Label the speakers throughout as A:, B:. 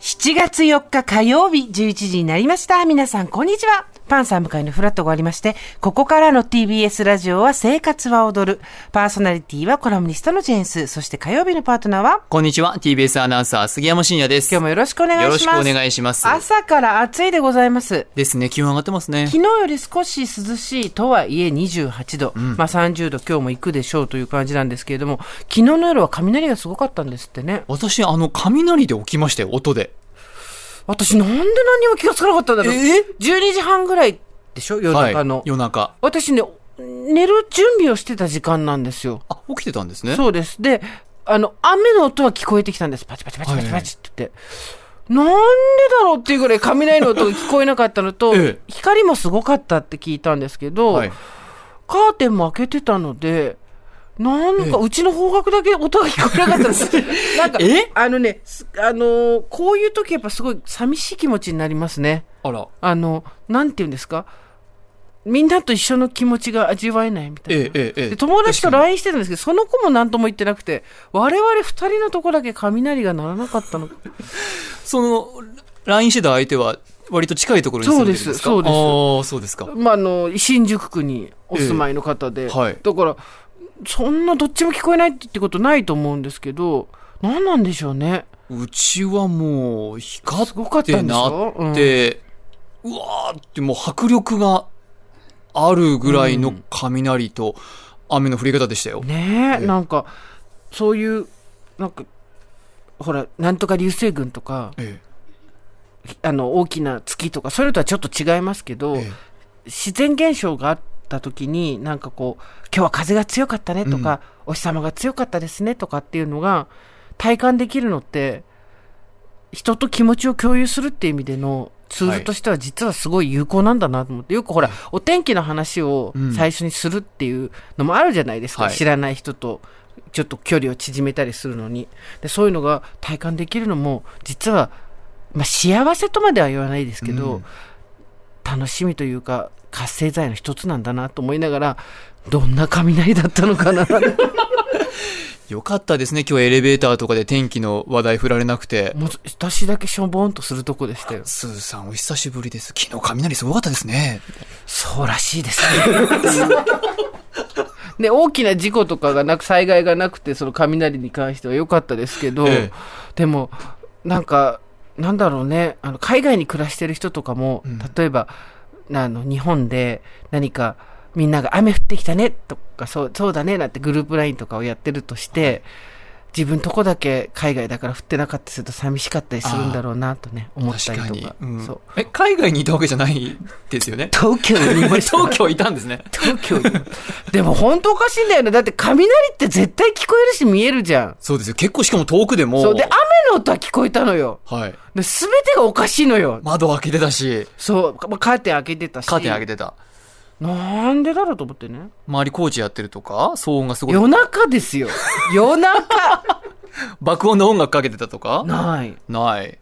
A: 7月4日火曜日11時になりました。皆さん、こんにちは。パンサー向かいのフラットがありまして、ここからの TBS ラジオは生活は踊る。パーソナリティはコラムニストのジェンス。そして火曜日のパートナーは
B: こんにちは。TBS アナウンサー杉山真也です。
A: 今日もよろしくお願いします。
B: よろしくお願いします。
A: 朝から暑いでございます。
B: ですね。気温上がってますね。
A: 昨日より少し涼しいとはいえ28度。うん、まあ30度今日も行くでしょうという感じなんですけれども、昨日の夜は雷がすごかったんですってね。
B: 私、あの、雷で起きましたよ。音で。、
A: 私なんで何にも気がつかなかったんだろう。え ?12 時半ぐらいでしょ夜中の、はい
B: 夜中。
A: 私ね、寝る準備をしてた時間なんですよ。
B: あ、起きてたんですね。
A: そうです。で、あの、雨の音は聞こえてきたんです。パチパチパチパチパチって言って。なんでだろうっていうぐらい雷の音が聞こえなかったのと、 ええ、光もすごかったって聞いたんですけど、はい、カーテンも開けてたので、なんか、うちの方角だけ音が聞こえなかったです。 なんか、あのね、あのー、こういう時やっぱすごい寂しい気持ちになりますね。
B: あら。
A: あの、なんて言うんですかみんなと一緒の気持ちが味わえないみたいな。ええええ、友達と LINE してたんですけど、その子も何とも言ってなくて、我々二人のとこだけ雷が鳴らなかったの。
B: その、LINE してた相手は、割と近いところに住んでるんですか
A: そうです、
B: そうです。そうですか。
A: まあ、あの、新宿区にお住まいの方で。ええ、はい。だから、そんなどっちも聞こえないってことないと思うんですけど、何なんでしょうね。
B: うちはもう、光ってなって、うん、うわーってもう迫力があるぐらいの雷と雨の降り方でしたよ。
A: うん、ねえ、ええ、なんか、そういう、なんか、ほら、なんとか流星群とか、ええ、あの、大きな月とか、それとはちょっと違いますけど、え、自然現象があって、た時になんかこう今日は風が強かったねとか、うん、お日様が強かったですねとかっていうのが体感できるのって人と気持ちを共有するっていう意味でのツールとしては実はすごい有効なんだなと思って、はい、よくほらお天気の話を最初にするっていうのもあるじゃないですか、うん、知らない人とちょっと距離を縮めたりするのにでそういうのが体感できるのも実は、まあ、幸せとまでは言わないですけど、うん、楽しみというか活性剤の一つなんだなと思いながらどんな雷だったのか な
B: よかったですね今日エレベーターとかで天気の話題振られなくて
A: もう私だけしょぼんとするとこでしたよ
B: スーさんお久しぶりです昨日雷すごかったですね
A: そうらしいですね で大きな事故とかがなく災害がなくてその雷に関しては良かったですけど、ええ、でもなんかなんだろうねあの海外に暮らしてる人とかも、うん、例えばあの、日本で何かみんなが雨降ってきたねとか、そう、そうだねなんてグループ LINE とかをやってるとして、自分とこだけ海外だから降ってなかったりすると寂しかったりするんだろうなとね、思ったりとか。うん、
B: え、海外にいたわけじゃないです よね。
A: 東京にいま
B: した。東京いたんですね。
A: 東京に。でも本当おかしいんだよね。だって雷って絶対聞こえるし見えるじゃん。
B: そうですよ。結構しかも遠くでも。
A: そう。で、雨の音は聞こえたのよ。
B: はい。
A: で、すべてがおかしいのよ。
B: 窓開けてたし。
A: そう。カーテン開けてたし。
B: カーテン開けてた。
A: なんでだろうと思ってね。
B: 周り工事やってるとか、騒音がすごい。
A: 夜中ですよ。夜中
B: 爆音の音楽かけてたとか
A: ない。
B: ない。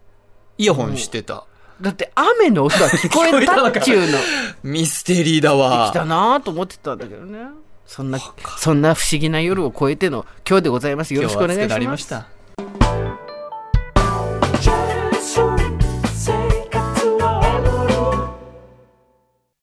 B: イヤホンしてた。
A: だって雨の音は聞こえたっちゅう の。
B: ミステリーだわ。
A: 来たなと思ってたんだけどね。そんな、そんな不思議な夜を超えての今日でございます。よろしくお願いします。
B: りました。